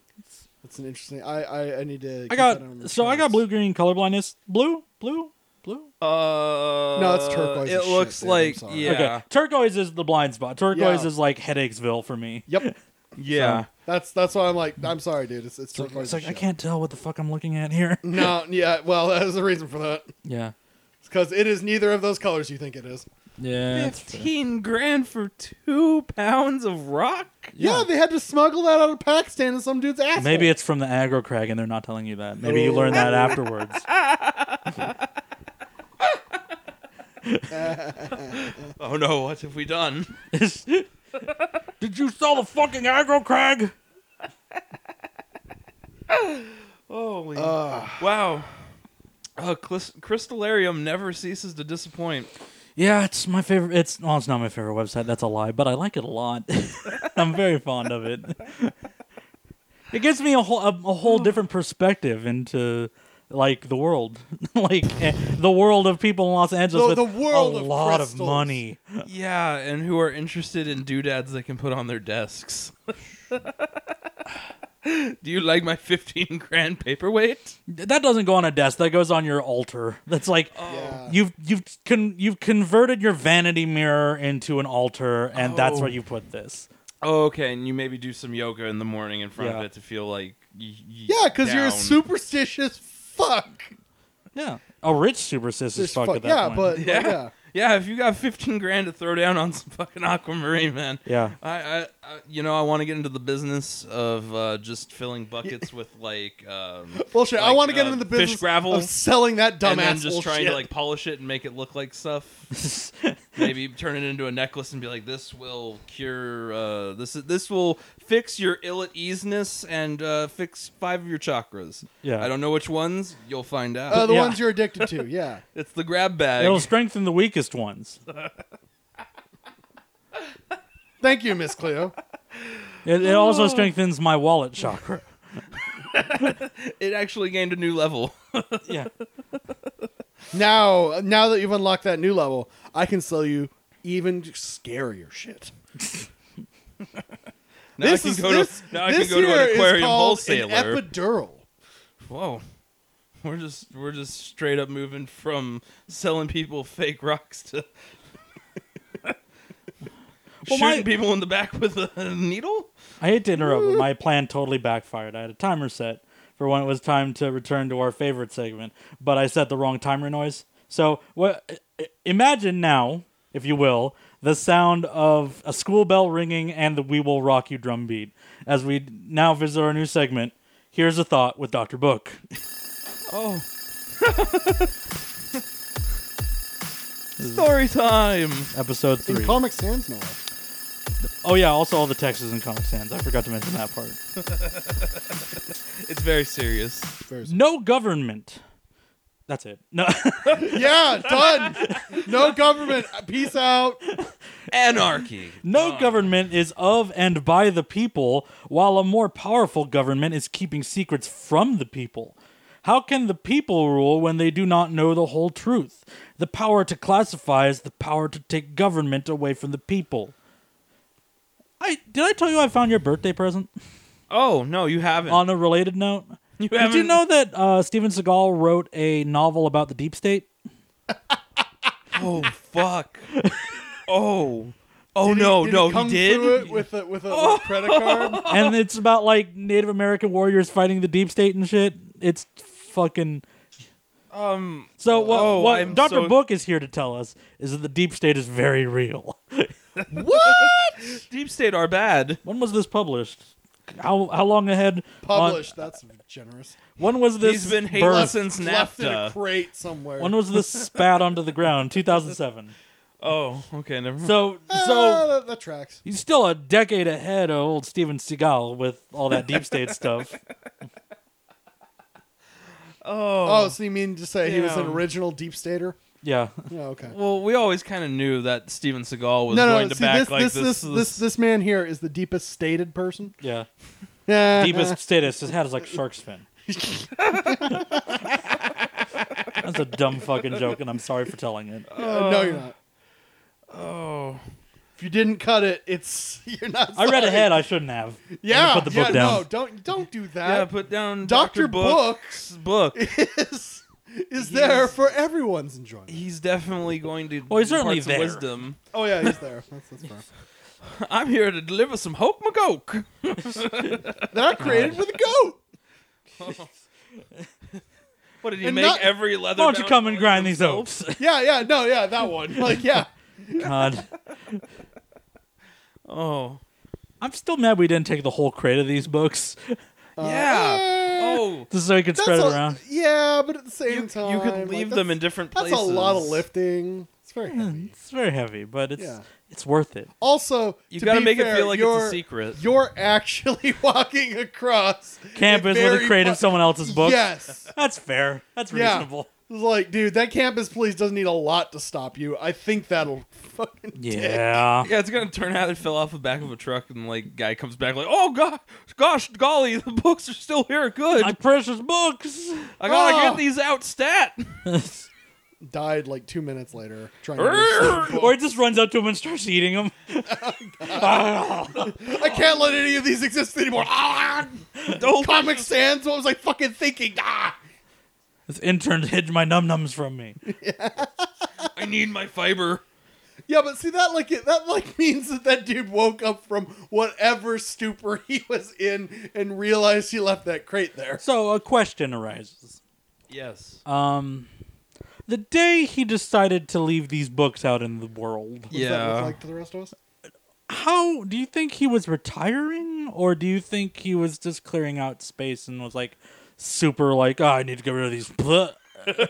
C: That's an interesting. I I, I need to.
A: I
C: keep that on my
A: got so I got
C: charts.
A: blue green colorblindness. Blue, blue, blue.
B: Uh,
C: No, it's turquoise
B: It
C: as shit,
B: looks
C: dude, I'm
B: like
C: sorry.
B: yeah,
A: Okay, turquoise is the blind spot. Turquoise
C: Yeah.
A: is like headaches,ville for me.
C: Yep.
B: yeah.
C: That's that's why I'm like I'm sorry, dude. It's it's, turquoise
A: It's like
C: as
A: I
C: shit.
A: can't tell what the fuck I'm looking at here.
C: No, yeah. Well, there's a reason for that.
A: Yeah,
C: It's because it is neither of those colors you think it is.
A: yeah. that's fair.
B: Fifteen grand for two pounds of rock.
C: Yeah,
A: Yeah.
C: they had to smuggle that out of Pakistan in some dude's ass.
A: Maybe it's from the aggro crag and they're not telling you that. Maybe you learn that afterwards.
B: Oh no! What have we done?
A: Did you sell the fucking aggro crag?
B: Holy
C: Uh,
B: wow! Uh, Clis- Crystallarium never ceases to disappoint.
A: Yeah, it's my favorite. It's well, it's not my favorite website. That's a lie, but I like it a lot. I'm very fond of it. It gives me a whole a, a whole
C: Oh.
A: different perspective into like the world, like eh, the world of people in Los Angeles
C: The-
A: with
C: the world
A: a
C: of
A: lot of
C: crystals.
A: money.
B: Yeah, and who are interested in doodads they can put on their desks. Do you like my 15 grand paperweight?
A: That doesn't go on a desk. That goes on your altar. That's like
C: yeah.
A: you've you've con- you've converted your vanity mirror into an altar, and that's
B: Oh.
A: where you put this.
B: Oh, okay, and you maybe do some yoga in the morning in front of
A: Yeah.
B: it to feel like. Y- y-
C: yeah, because you're a
B: down.
C: superstitious fuck.
A: Yeah, a rich superstitious
C: Just
A: fuck,
C: fuck.
A: at that
C: Yeah,
A: point.
C: but like,
B: Yeah.
C: yeah.
B: Yeah, if you got 15 grand to throw down on some fucking aquamarine, man.
A: yeah.
B: I, I, I you know, I want to get into the business of uh, just filling buckets with like um,
C: bullshit. I
B: Like,
C: want to get
B: uh,
C: into the
B: fish
C: business
B: gravel,
C: of selling that dumbass
B: and then just
C: bullshit.
B: trying to like polish it and make it look like stuff. Maybe turn it into a necklace and be like, "This will cure. Uh, this this will fix your ill at easeness and uh, fix five of your chakras.
A: Yeah.
B: I don't know which ones. You'll find out.
C: uh, the
A: Yeah.
C: ones you're addicted to. Yeah,
B: it's the grab bag.
A: It'll strengthen the weakest ones.
C: thank you, Miss Cleo.
A: It, it also strengthens my wallet chakra.
B: It actually gained a new level.
A: Yeah.
C: Now, now that you've unlocked that new level, I can sell you even scarier shit.
B: Now
C: this
B: I can
C: is
B: go
C: this,
B: to now I
C: this
B: can go to
C: here
B: an
C: is
B: aquarium
C: called
B: wholesaler.
C: An epidural.
B: Whoa. We're just we're just straight up moving from selling people fake rocks to
A: Well, my-
B: shooting people in the back with a needle.
A: I hate to interrupt, but my plan totally backfired. I had a timer set for when it was time to return to our favorite segment, but I set the wrong timer noise. So, what? i- Imagine now, if you will, the sound of a school bell ringing and the "We Will Rock You" drum beat as we now visit our new segment. Here's a thought with Doctor Book.
B: Oh. Story time.
A: Episode
C: In
A: three.
C: Comic Sans now.
A: Oh yeah, also all the Texas and comic stands. I forgot to mention that part.
B: It's very serious.
C: First.
A: No government. That's it. No.
C: Yeah, done. No government. Peace out.
B: Anarchy.
A: No
B: Gone.
A: government is of and by the people, while a more powerful government is keeping secrets from the people. How can the people rule when they do not know the whole truth? The power to classify is the power to take government away from the people. I did I tell you I found your birthday present?
B: Oh no, you haven't.
A: On a related note,
B: You
A: did you
B: haven't-
A: know that uh, Steven Seagal wrote a novel about the deep state?
B: oh fuck. Oh. Oh
C: Did he-
B: no,
C: did
B: no,
C: he, come
B: did.
C: through it with a, with a, with a credit card.
A: and it's about like Native American warriors fighting the deep state and shit. It's fucking.
B: Um.
A: So what?
B: Oh,
A: what
B: I'm
A: Doctor
B: so-
A: Book is here to tell us is that the deep state is very real.
B: Deep state are bad.
A: when was this published? How how long ahead? on-
C: Published. That's generous.
A: when was this?
B: He's been
A: birth?
B: hating since
C: Left in a
B: NAFTA.
C: crate somewhere.
A: When was this spat onto the ground? 2007.
B: Oh, okay, never mind.
A: So
C: Ah,
A: so
C: that, that tracks.
A: he's still a decade ahead of old Steven Seagal with all that deep state stuff.
C: Oh,
B: Oh.
C: so you mean to say he was an
B: Yeah.
C: original deep stater?
A: Yeah.
C: Oh, okay.
B: Well, we always kind of knew that Steven Seagal was
C: no, no.
B: going
C: See,
B: to back
C: this,
B: like
C: this, this,
B: was-
C: this, this man here is the deepest stated person.
A: Yeah,
C: Yeah.
A: deepest status. His hat is like shark's fin. That's a dumb fucking joke, and I'm sorry for telling it.
C: Uh, no, you're not.
B: Oh.
C: If you didn't cut it, it's you're not.
A: I read
C: sorry.
A: ahead. I shouldn't have. I'm gonna
C: Yeah.
A: put the book
C: yeah,
A: down.
C: No, don't don't do
B: Yeah,
C: that.
B: put down
C: Doctor
B: Dr.
C: Books
B: Book's book.
C: is is there for everyone's enjoyment.
B: He's definitely going to
A: Well, he's certainly
B: impart some
A: there.
B: wisdom.
C: Oh yeah, he's there. That's, that's fair.
B: I'm here to deliver some hoke magoke.
C: that I created with a goat.
B: What did he
C: And
B: make
C: not-
B: every leather?
A: Why don't you
B: bound
A: come and
B: toy
A: grind these
B: himself?
A: oats?
C: Yeah, yeah, no, yeah, that one. Like, yeah.
A: God,
B: Oh,
A: I'm still mad we didn't take the whole crate of these books
B: yeah.
C: eh,
B: oh,
A: just so we could
C: that's
A: spread
C: a-
A: it around.
C: Yeah, but at the
B: you,
C: same
B: you
C: time,
B: could
C: like,
B: leave
C: that's-
B: them in different
C: That's
B: places.
C: a lot of lifting. It's very heavy.
A: It's very heavy, but it's
C: Yeah.
A: it's worth it.
C: Also,
B: You
C: to
B: gotta
C: be
B: make
C: fair,
B: it feel like it's
C: you're-
B: a secret.
C: You're actually walking across
A: Campus with a
C: very
A: crate
C: fu-
A: of someone else's books.
C: Yes.
A: that's fair. That's
C: Yeah.
A: reasonable.
C: Like, dude, that campus police doesn't need a lot to stop you. I think that'll fucking
A: Yeah.
C: tick.
B: Yeah, it's gonna turn out it fell off the back of a truck, and like guy comes back like, oh gosh, gosh, golly, the books are still here. Good,
A: My
B: I,
A: precious books.
B: gotta
C: Ah.
B: get these out stat.
C: Died like two minutes later. Trying to reach the
B: Err.
C: book.
A: or it just runs up to him and starts eating them.
C: I can't let any of these exist anymore. Ah! Comic Sans, what was I fucking thinking? Ah!
A: This intern hid my num nums from me.
B: I need my fiber.
C: Yeah, but see that like it- that like means that that dude woke up from whatever stupor he was in and realized he left that crate there.
A: So a question arises.
B: Yes.
A: Um, the day he decided to leave these books out in the world,
C: What's that
B: Yeah.
C: look like to the rest of us?
A: how do you think he was retiring, or do you think he was just clearing out space and was like super like, oh, I need to get rid of these? Blah.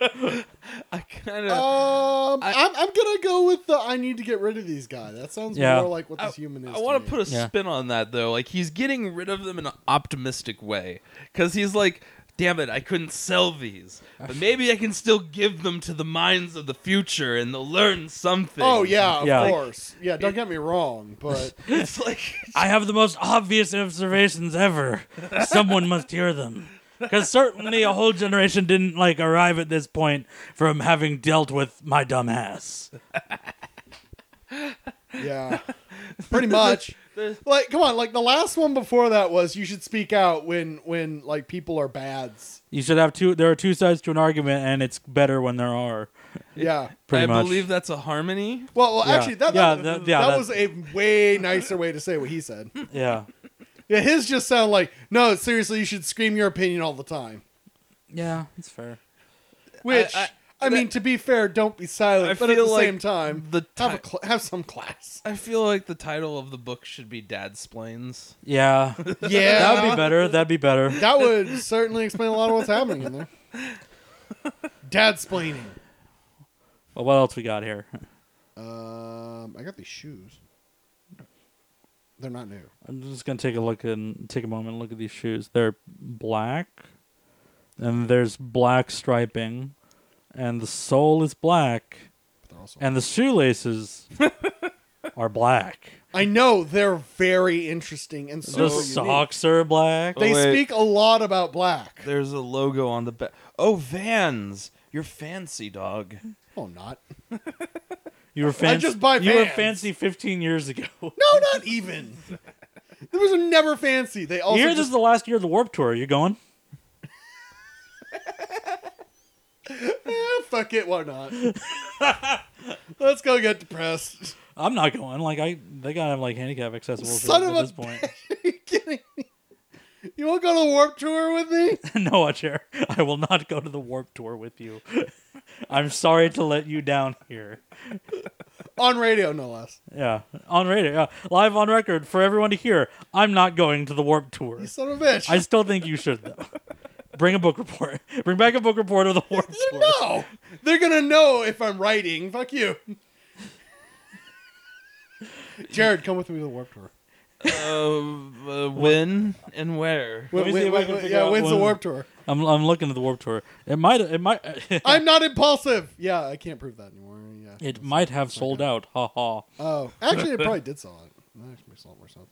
B: I kind of.
C: Um, I,
B: I-
C: am I'm gonna go with the I need to get rid of these guy. That sounds
A: Yeah.
C: more like what this human is.
B: I want
C: me.
B: to put a
A: Yeah.
B: spin on that though. Like he's getting rid of them in an optimistic way because he's like, "Damn it, I couldn't sell these, but maybe I can still give them to the minds of the future, and they'll learn something."
C: Oh yeah, of
A: Yeah. Like-
C: course. yeah, don't get me wrong, but
B: it's like
A: I have the most obvious observations ever. Someone must hear them. Because certainly a whole generation didn't like arrive at this point from having dealt with my dumb ass.
C: yeah, pretty much. Like, come on, like the last one before that was you should speak out when when like people are bads.
A: You should have two. There are two sides to an argument, and it's better when there are.
C: Yeah.
A: Pretty
B: I
A: much.
B: believe that's a harmony.
C: Well, well
A: Yeah.
C: actually, that
A: Yeah,
C: that,
A: that- yeah,
C: that
A: that-
C: was a way nicer way to say what he said.
A: Yeah.
C: Yeah, his just sound like no. Seriously, you should scream your opinion all the time.
A: Yeah, it's fair.
C: Which I,
B: I-
C: mean, to be fair, don't be silent,
B: I
C: but at the
B: feel like
C: same time,
B: the
C: have a
B: ti-
C: cl- have some class.
B: I feel like the title of the book should be "Dad Splains."
A: Yeah.
C: Yeah,
A: That would be better. That'd be better.
C: That would certainly explain a lot of what's happening in there. Dad splaining.
A: Well, what else we got here?
C: Um, I got these shoes. They're not new.
A: I'm just gonna take a look and take a moment and look at these shoes. They're black, and there's black striping, and the sole is black,
C: But they're also.
A: and the shoelaces are black.
C: I know they're very interesting and so
A: the
C: unique. Oh.
A: socks are black.
C: They
B: Wait.
C: speak a lot about black.
B: There's a logo on the back. Oh, Vans. You're fancy, dog.
C: Oh, not.
A: you were fancy.
C: just buy
A: you were
C: Vans.
A: fancy 15 years ago.
C: No, not even. Those are never fancy. They also
A: Here,
C: just
A: this is the last year of the Warp Tour. You're going.
C: Eh, fuck it, why not? Let's go get depressed.
A: I'm not going. Like I, they gotta have like handicap accessible shit
C: Son
A: at
C: of a
A: this point.
C: Are you kidding me? You won't go to the Warp Tour with me?
A: no, chair. I will not go to the Warp Tour with you. I'm sorry to let you down here.
C: On radio, no less.
A: Yeah, on radio, yeah. live on record for everyone to hear. I'm not going to the Warp Tour.
C: You son of a bitch.
A: I still think you should though. Bring a book report. Bring back a book report of the Warp Tour.
C: no! They're gonna know if I'm writing. Fuck you. Jared, come with me to the Warp Tour.
B: Uh, uh, when and where?
A: Let me see if I can figure
C: yeah,
A: out
C: when's the
A: when-
C: Warp Tour?
A: I'm I'm looking at the Warp Tour. It might it might
C: I'm not impulsive. Yeah, I can't prove that anymore. Yeah.
A: it might have sold out. Ha ha.
C: Oh, actually, it probably did sell it. That actually sold more sense.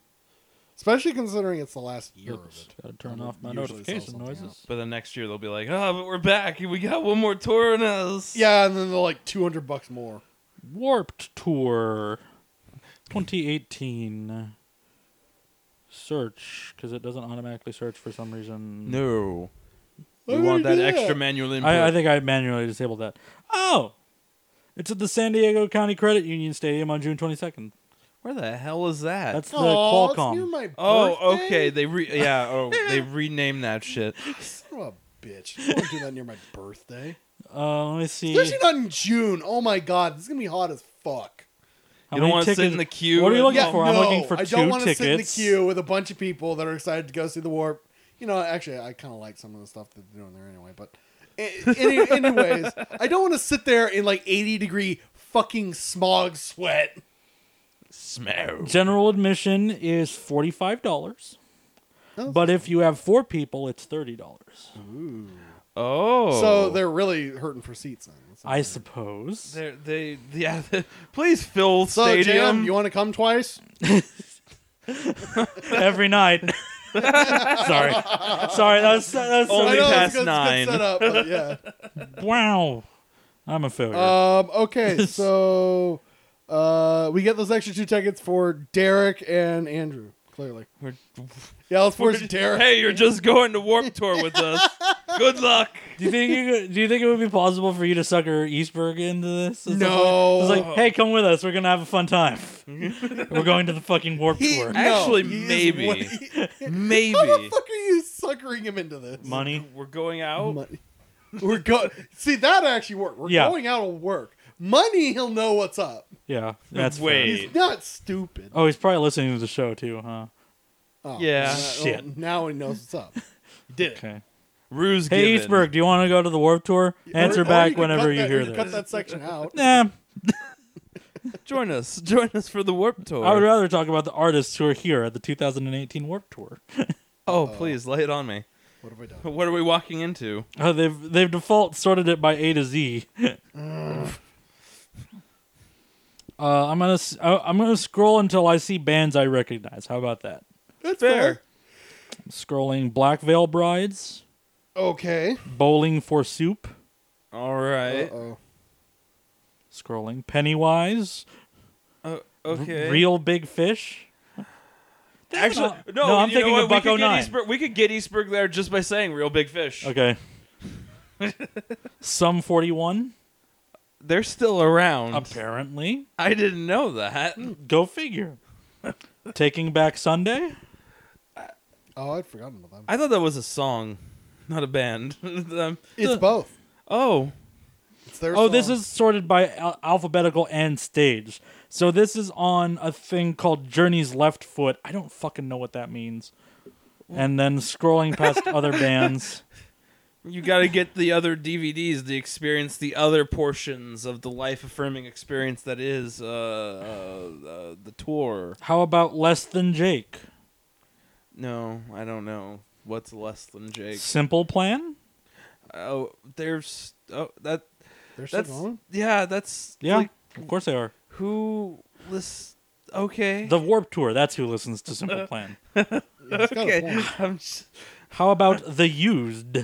C: Especially considering it's the last year
A: Oops,
C: of it.
A: gotta turn
C: That
A: off my
C: usually sells
A: notification
C: something
A: noises.
C: out.
B: But the next year they'll be like, oh, but we're back. We got one more tour in us.
C: Yeah, and then they're like two hundred bucks more.
A: Warped Tour 2018. Search, because it doesn't automatically search for some reason.
B: No.
C: Why
B: We
C: would
B: want
C: you
B: that
C: do
B: extra
C: that?
B: manual input.
A: I, I think I manually disabled that. Oh! It's at the San Diego County Credit Union Stadium on June 22nd.
B: Where the hell is that?
A: That's the
C: Aw, it's
A: Qualcomm.
C: near my
B: oh,
C: birthday?
B: okay. They re yeah. Oh, they renamed that shit.
C: Son of a bitch. I don't do that near my birthday.
A: Uh, let me see.
C: Especially not in June. Oh my god, this is gonna be hot as fuck.
A: How
B: You don't
A: many
B: wanna sit
A: tickets-
B: in the queue
A: What are you
B: and-
A: looking
C: Yeah,
A: for? I'm
C: no,
A: looking for
C: I
A: two
C: don't want to
A: tickets.
C: sit in the queue with a bunch of people that are excited to go see the warp. You know, actually, I kind of like some of the stuff that they're doing there anyway. But a- any, anyways, I don't want to sit there in like eighty degree fucking smog sweat.
B: Smell.
A: General admission is $45.
C: Oh.
A: But if you have four people, it's $30.
B: Oh.
C: So they're really hurting for seats. Then. That's not
A: I
C: fair.
A: suppose.
B: They're, they yeah. please fill
C: So
B: stadium.
C: Jam, you want to come twice?
A: every night. Sorry, sorry. That was, that was so-
B: Only
C: Oh, I know, it's
B: past
C: good- it's good
B: nine.
C: setup, but yeah.
A: wow. I'm a failure.
C: Um, okay, so uh, we get those extra two tickets for Derek and Andrew. Clearly,
B: We're-
C: yeah. Let's force
B: We're-
C: Derek.
B: Hey, you're just going to Warp Tour with us. Good luck.
A: do you think you could- do you think it would be possible for you to sucker Eastberg into this? It's like-
C: No.
A: it's like, hey, come with us. We're gonna have a fun time. We're going to the fucking warp
C: He-
A: tour.
C: no,
B: Actually,
C: he is
B: maybe.
C: way- How the
B: Maybe
C: fuck are you suckering him into this?
A: Money.
B: we're going out.
C: Money. We're go. See, that actually worked. We're
A: Yeah.
C: going out will work. Money, he'll know what's up.
A: Yeah, that's fair.
B: Wait.
C: He's not stupid.
A: Oh, he's probably listening to the show too, huh?
C: Oh,
B: Yeah.
C: now-
A: Shit.
C: Now he knows what's up.
B: Did it.
A: Okay.
B: Ruse
A: Hey,
B: given.
A: Eastberg, do you want to go to the warp tour? Answer
C: Or- or
A: back
C: you can
A: whenever
C: cut
A: you
C: that-
A: hear
C: can
A: this.
C: Cut that section out.
A: Nah,
B: Join us. Join us for the Warp Tour.
A: I would rather talk about the artists who are here at the 2018 warp tour.
B: oh, please lay it on me.
C: What have I done?
B: What are we walking into?
A: Oh, they've they've default sorted it by A to Z. uh, I'm gonna s- I- I'm gonna scroll until I see bands I recognize. How about that?
C: That's
B: Fair.
A: I'm scrolling Black Veil Brides,
C: Okay.
A: Bowling for Soup,
B: All right.
C: Uh-oh.
A: scrolling Pennywise,
B: Uh,
A: R-
B: okay.
A: Real Big Fish.
B: Actually,
A: Uh,
B: no.
A: no, I'm
B: you know
A: thinking
B: what?
A: of
B: We
A: Buck
B: could get
A: 09.
B: Eastberg- we could get Eastberg there just by saying "real big fish."
A: Okay. Sum 41,
B: They're still around.
A: apparently.
B: I didn't know that.
A: Go figure. Taking Back Sunday.
C: Oh, I'd forgotten about them.
B: I thought that was a song, not a band. Um,
C: It's both.
B: oh,
C: It's their
A: Oh, this
C: song.
A: is sorted by al- alphabetical and stage. So this is on a thing called Journey's Left Foot. I don't fucking know what that means. And then scrolling past other bands.
B: You got to get the other DVDs to experience the other portions of the life affirming experience that is uh, uh, uh, the tour.
A: How about less than Jake?
B: No, I don't know what's less than Jake.
A: Simple plan.
B: Oh, there's oh that
C: They're still
B: that's
C: going?
B: yeah that's
A: Yeah,
B: like,
A: of course they are.
B: who list okay
A: The Warp Tour. That's who listens to Simple Plan.
C: Yeah, it's got a
B: okay
C: point.
B: I'm just,
A: How about the Used?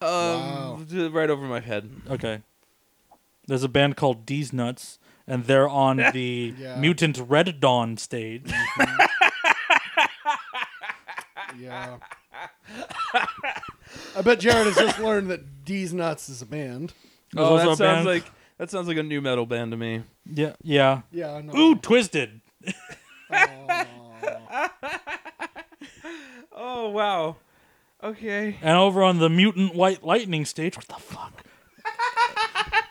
B: um
C: Wow.
B: d- right over my head.
A: Okay. There's a band called D's Nuts, and they're on the
C: Yeah.
A: Mutant Red Dawn stage.
C: Yeah. I bet Jared has just learned that D's Nuts is a band.
A: There's
B: Oh,
A: also
B: that
A: a
B: sounds
A: band-
B: like that sounds like a new metal band to me.
A: yeah, yeah.
C: Yeah, I know.
A: Ooh, Twisted.
C: Aw.
B: Oh wow, okay.
A: And over on the Mutant White Lightning stage, what the fuck?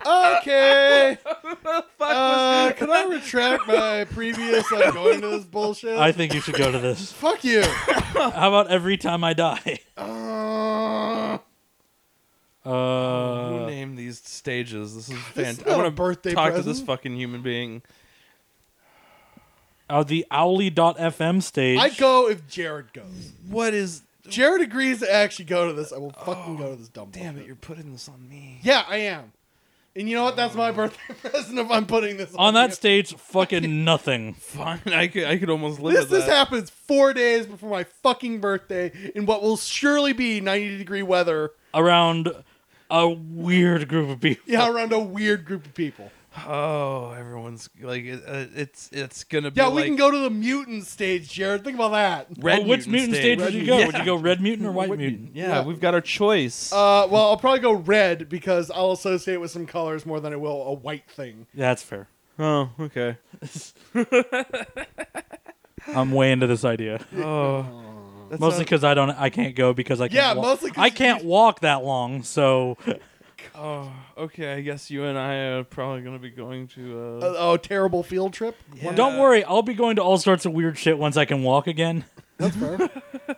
C: okay.
B: What the fuck was
C: Uh, can I retract my previous I'm going to this bullshit?
A: I think you should go to this.
C: Fuck you.
A: How about Every Time I Die?
C: Uh,
B: Who
A: Uh,
B: named these stages? This is
C: This is
B: fantastic.
C: not
B: I
C: a
B: want
C: birthday
B: to talk to
C: present.
B: this fucking human being.
A: uh, the Owly.fm stage.
C: I go if Jared goes.
B: What is?
C: Jared agrees to actually go to this. I will fucking go to this dumb
B: Damn it!
C: bullshit.
B: You're putting this on me.
C: Yeah, I am. And you know what? That's my birthday present if I'm putting this
A: on that
C: you.
A: stage, fucking nothing.
B: Fine, I could I could almost live
C: This
B: with
C: this
B: that.
C: happens four days before my fucking birthday in what will surely be 90 degree weather.
A: Around a weird group of people.
C: Yeah, around a weird group of people.
B: oh, everyone's like it, uh, it's it's gonna be.
C: Yeah, we
B: like
C: can go to the mutant stage, Jared. Think about that.
B: Red
A: oh, which mutant stage, would
C: Red
A: you go?
C: Mutant.
A: Would you go red mutant or white mutant?
B: Yeah,
C: Yeah.
B: we've got our choice.
C: Uh, well, I'll probably go red because I'll associate it with some colors more than I will a white thing.
A: Yeah, that's fair.
B: oh, okay.
A: I'm way into this idea.
B: Oh, that's
A: Mostly because I don't, I can't go because I can't.
C: Yeah,
A: wa-
C: mostly 'cause
A: I can't walk that long. So
B: not- oh, okay. I guess you and I are probably gonna be going to. Uh,
C: Uh, oh, terrible field trip.
B: yeah.
A: don't worry, I'll be going to all sorts of weird shit once I can walk again.
C: That's fair.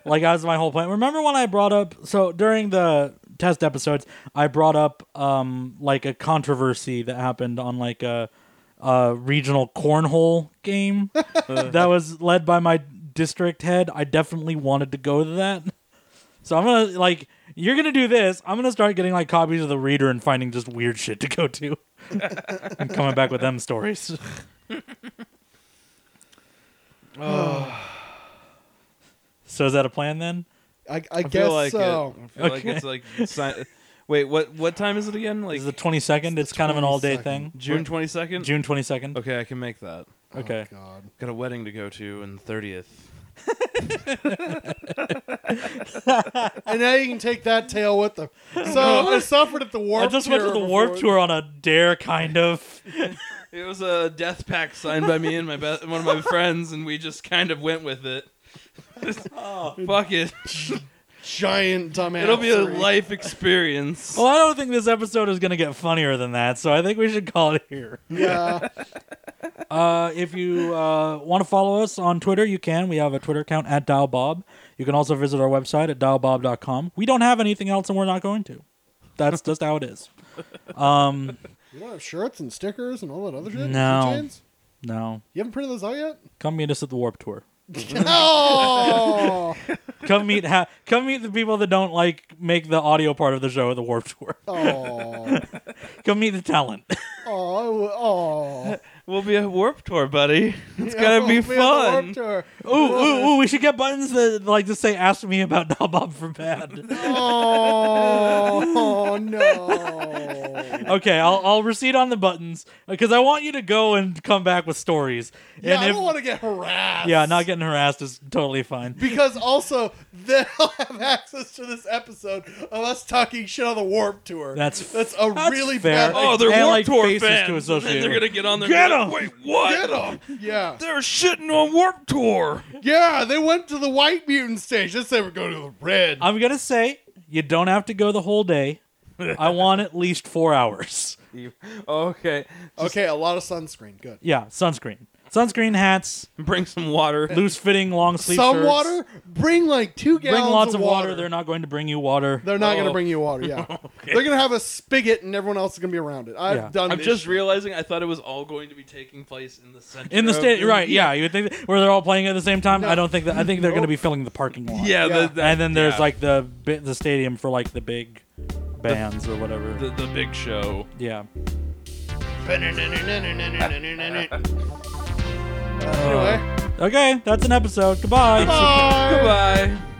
A: like that was my whole point. Remember when I brought up? So during the test episodes, I brought up um like a controversy that happened on like a, a regional cornhole game that was led by my district head. I definitely wanted to go to that. So I'm gonna like you're gonna do this. I'm gonna start getting like copies of the reader and finding just weird shit to go to. and coming back with them stories.
B: Oh,
A: So is that a plan then?
C: I, I,
B: I
C: guess
B: feel like
C: so.
B: it. I feel like
A: Okay.
B: it's like. si- Wait, what? What time is it again? Like
A: Is the 22nd? It's kind of an all day
C: 22nd.
A: thing.
B: June twenty second.
A: June 22nd.
B: Okay, I can make that.
A: Okay.
C: Oh, God.
B: Got a wedding to go to on the thirtieth.
C: And now you can take that tail with them. So I suffered at the warp.
A: I just went to
C: Tour
A: the Warp
C: before-
A: Tour on a dare, kind of.
B: It was a death pack signed by me and my be- one of my friends, and we just kind of went with it.
A: Oh.
B: Fuck it.
C: Giant dumbass.
B: It'll be a life experience.
A: Well, I don't think this episode is going to get funnier than that, so I think we should call it here.
C: Yeah.
A: Uh, if you uh, want to follow us on Twitter, you can. We have a Twitter account at dialbob. You can also visit our website at dialbob.com. We don't have anything else, and we're not going to. That's just how it is. Um,
C: You don't have shirts and stickers and all that other shit?
A: No.
C: Keychains?
A: no,
C: You haven't printed those out yet?
A: come meet us at the Warp Tour.
C: oh!
A: Come meet, ha- come meet the people that don't like make the audio part of the show at the Warp Tour.
C: Oh.
A: Come meet the talent.
C: Oh. Oh.
B: We'll be a warp tour, buddy. It's gonna be fun.
A: Ooh, ooh, ooh, we should get buttons that like just say ask me about Dob Bob for bad.
C: Oh, no.
A: okay, I'll I'll recede on the buttons because I want you to go and come back with stories.
C: Yeah,
A: and
C: I
A: if,
C: don't want to get harassed.
A: yeah, not getting harassed is totally fine.
C: Because also, they'll have access to this episode of us talking shit on the Warp Tour.
A: That's
C: That's a
A: that's
C: really
A: fair.
C: bad
B: Oh, they're
A: And,
B: warp
A: like,
B: tour
A: faces to
B: fans. and then
A: associate
B: they're
A: with.
B: gonna get on there.
A: Get
B: and
A: 'em!
B: be like, Wait, what?
C: Get 'em. Yeah.
B: They're shitting on warp tour.
C: Yeah, they went to the white mutant stage. Let's say we're going to the red.
A: I'm gonna say you don't have to go the whole day. I want at least four hours.
B: Okay.
C: okay, a lot of sunscreen. Good.
A: Yeah, sunscreen. Sunscreen hats,
B: Bring some water.
A: loose fitting long sleeve
C: Some
A: shirts.
C: water. Bring like two
A: Bring
C: gallons.
A: lots of water.
C: water.
A: They're not going to bring you water.
C: They're not going
B: Oh.
C: to bring you water. Yeah, they're going to have a spigot, and everyone else is going to be around it. I've
A: Yeah.
C: done.
B: I'm
C: this
B: just
C: shit.
B: realizing I thought it was all going to be taking place in the center.
A: in the
B: of
A: state, right? Yeah, you would think that- where they're all playing at the same time.
C: No.
A: I don't think that. I think they're going to be filling the parking lot.
B: Yeah.
C: Yeah.
B: The, the,
A: and then there's
B: yeah.
A: like the bi- the stadium for like the big bands or whatever.
B: the, the big show.
A: yeah.
C: Anyway,
A: Okay, that's an episode. Goodbye.
C: bye.
B: Goodbye.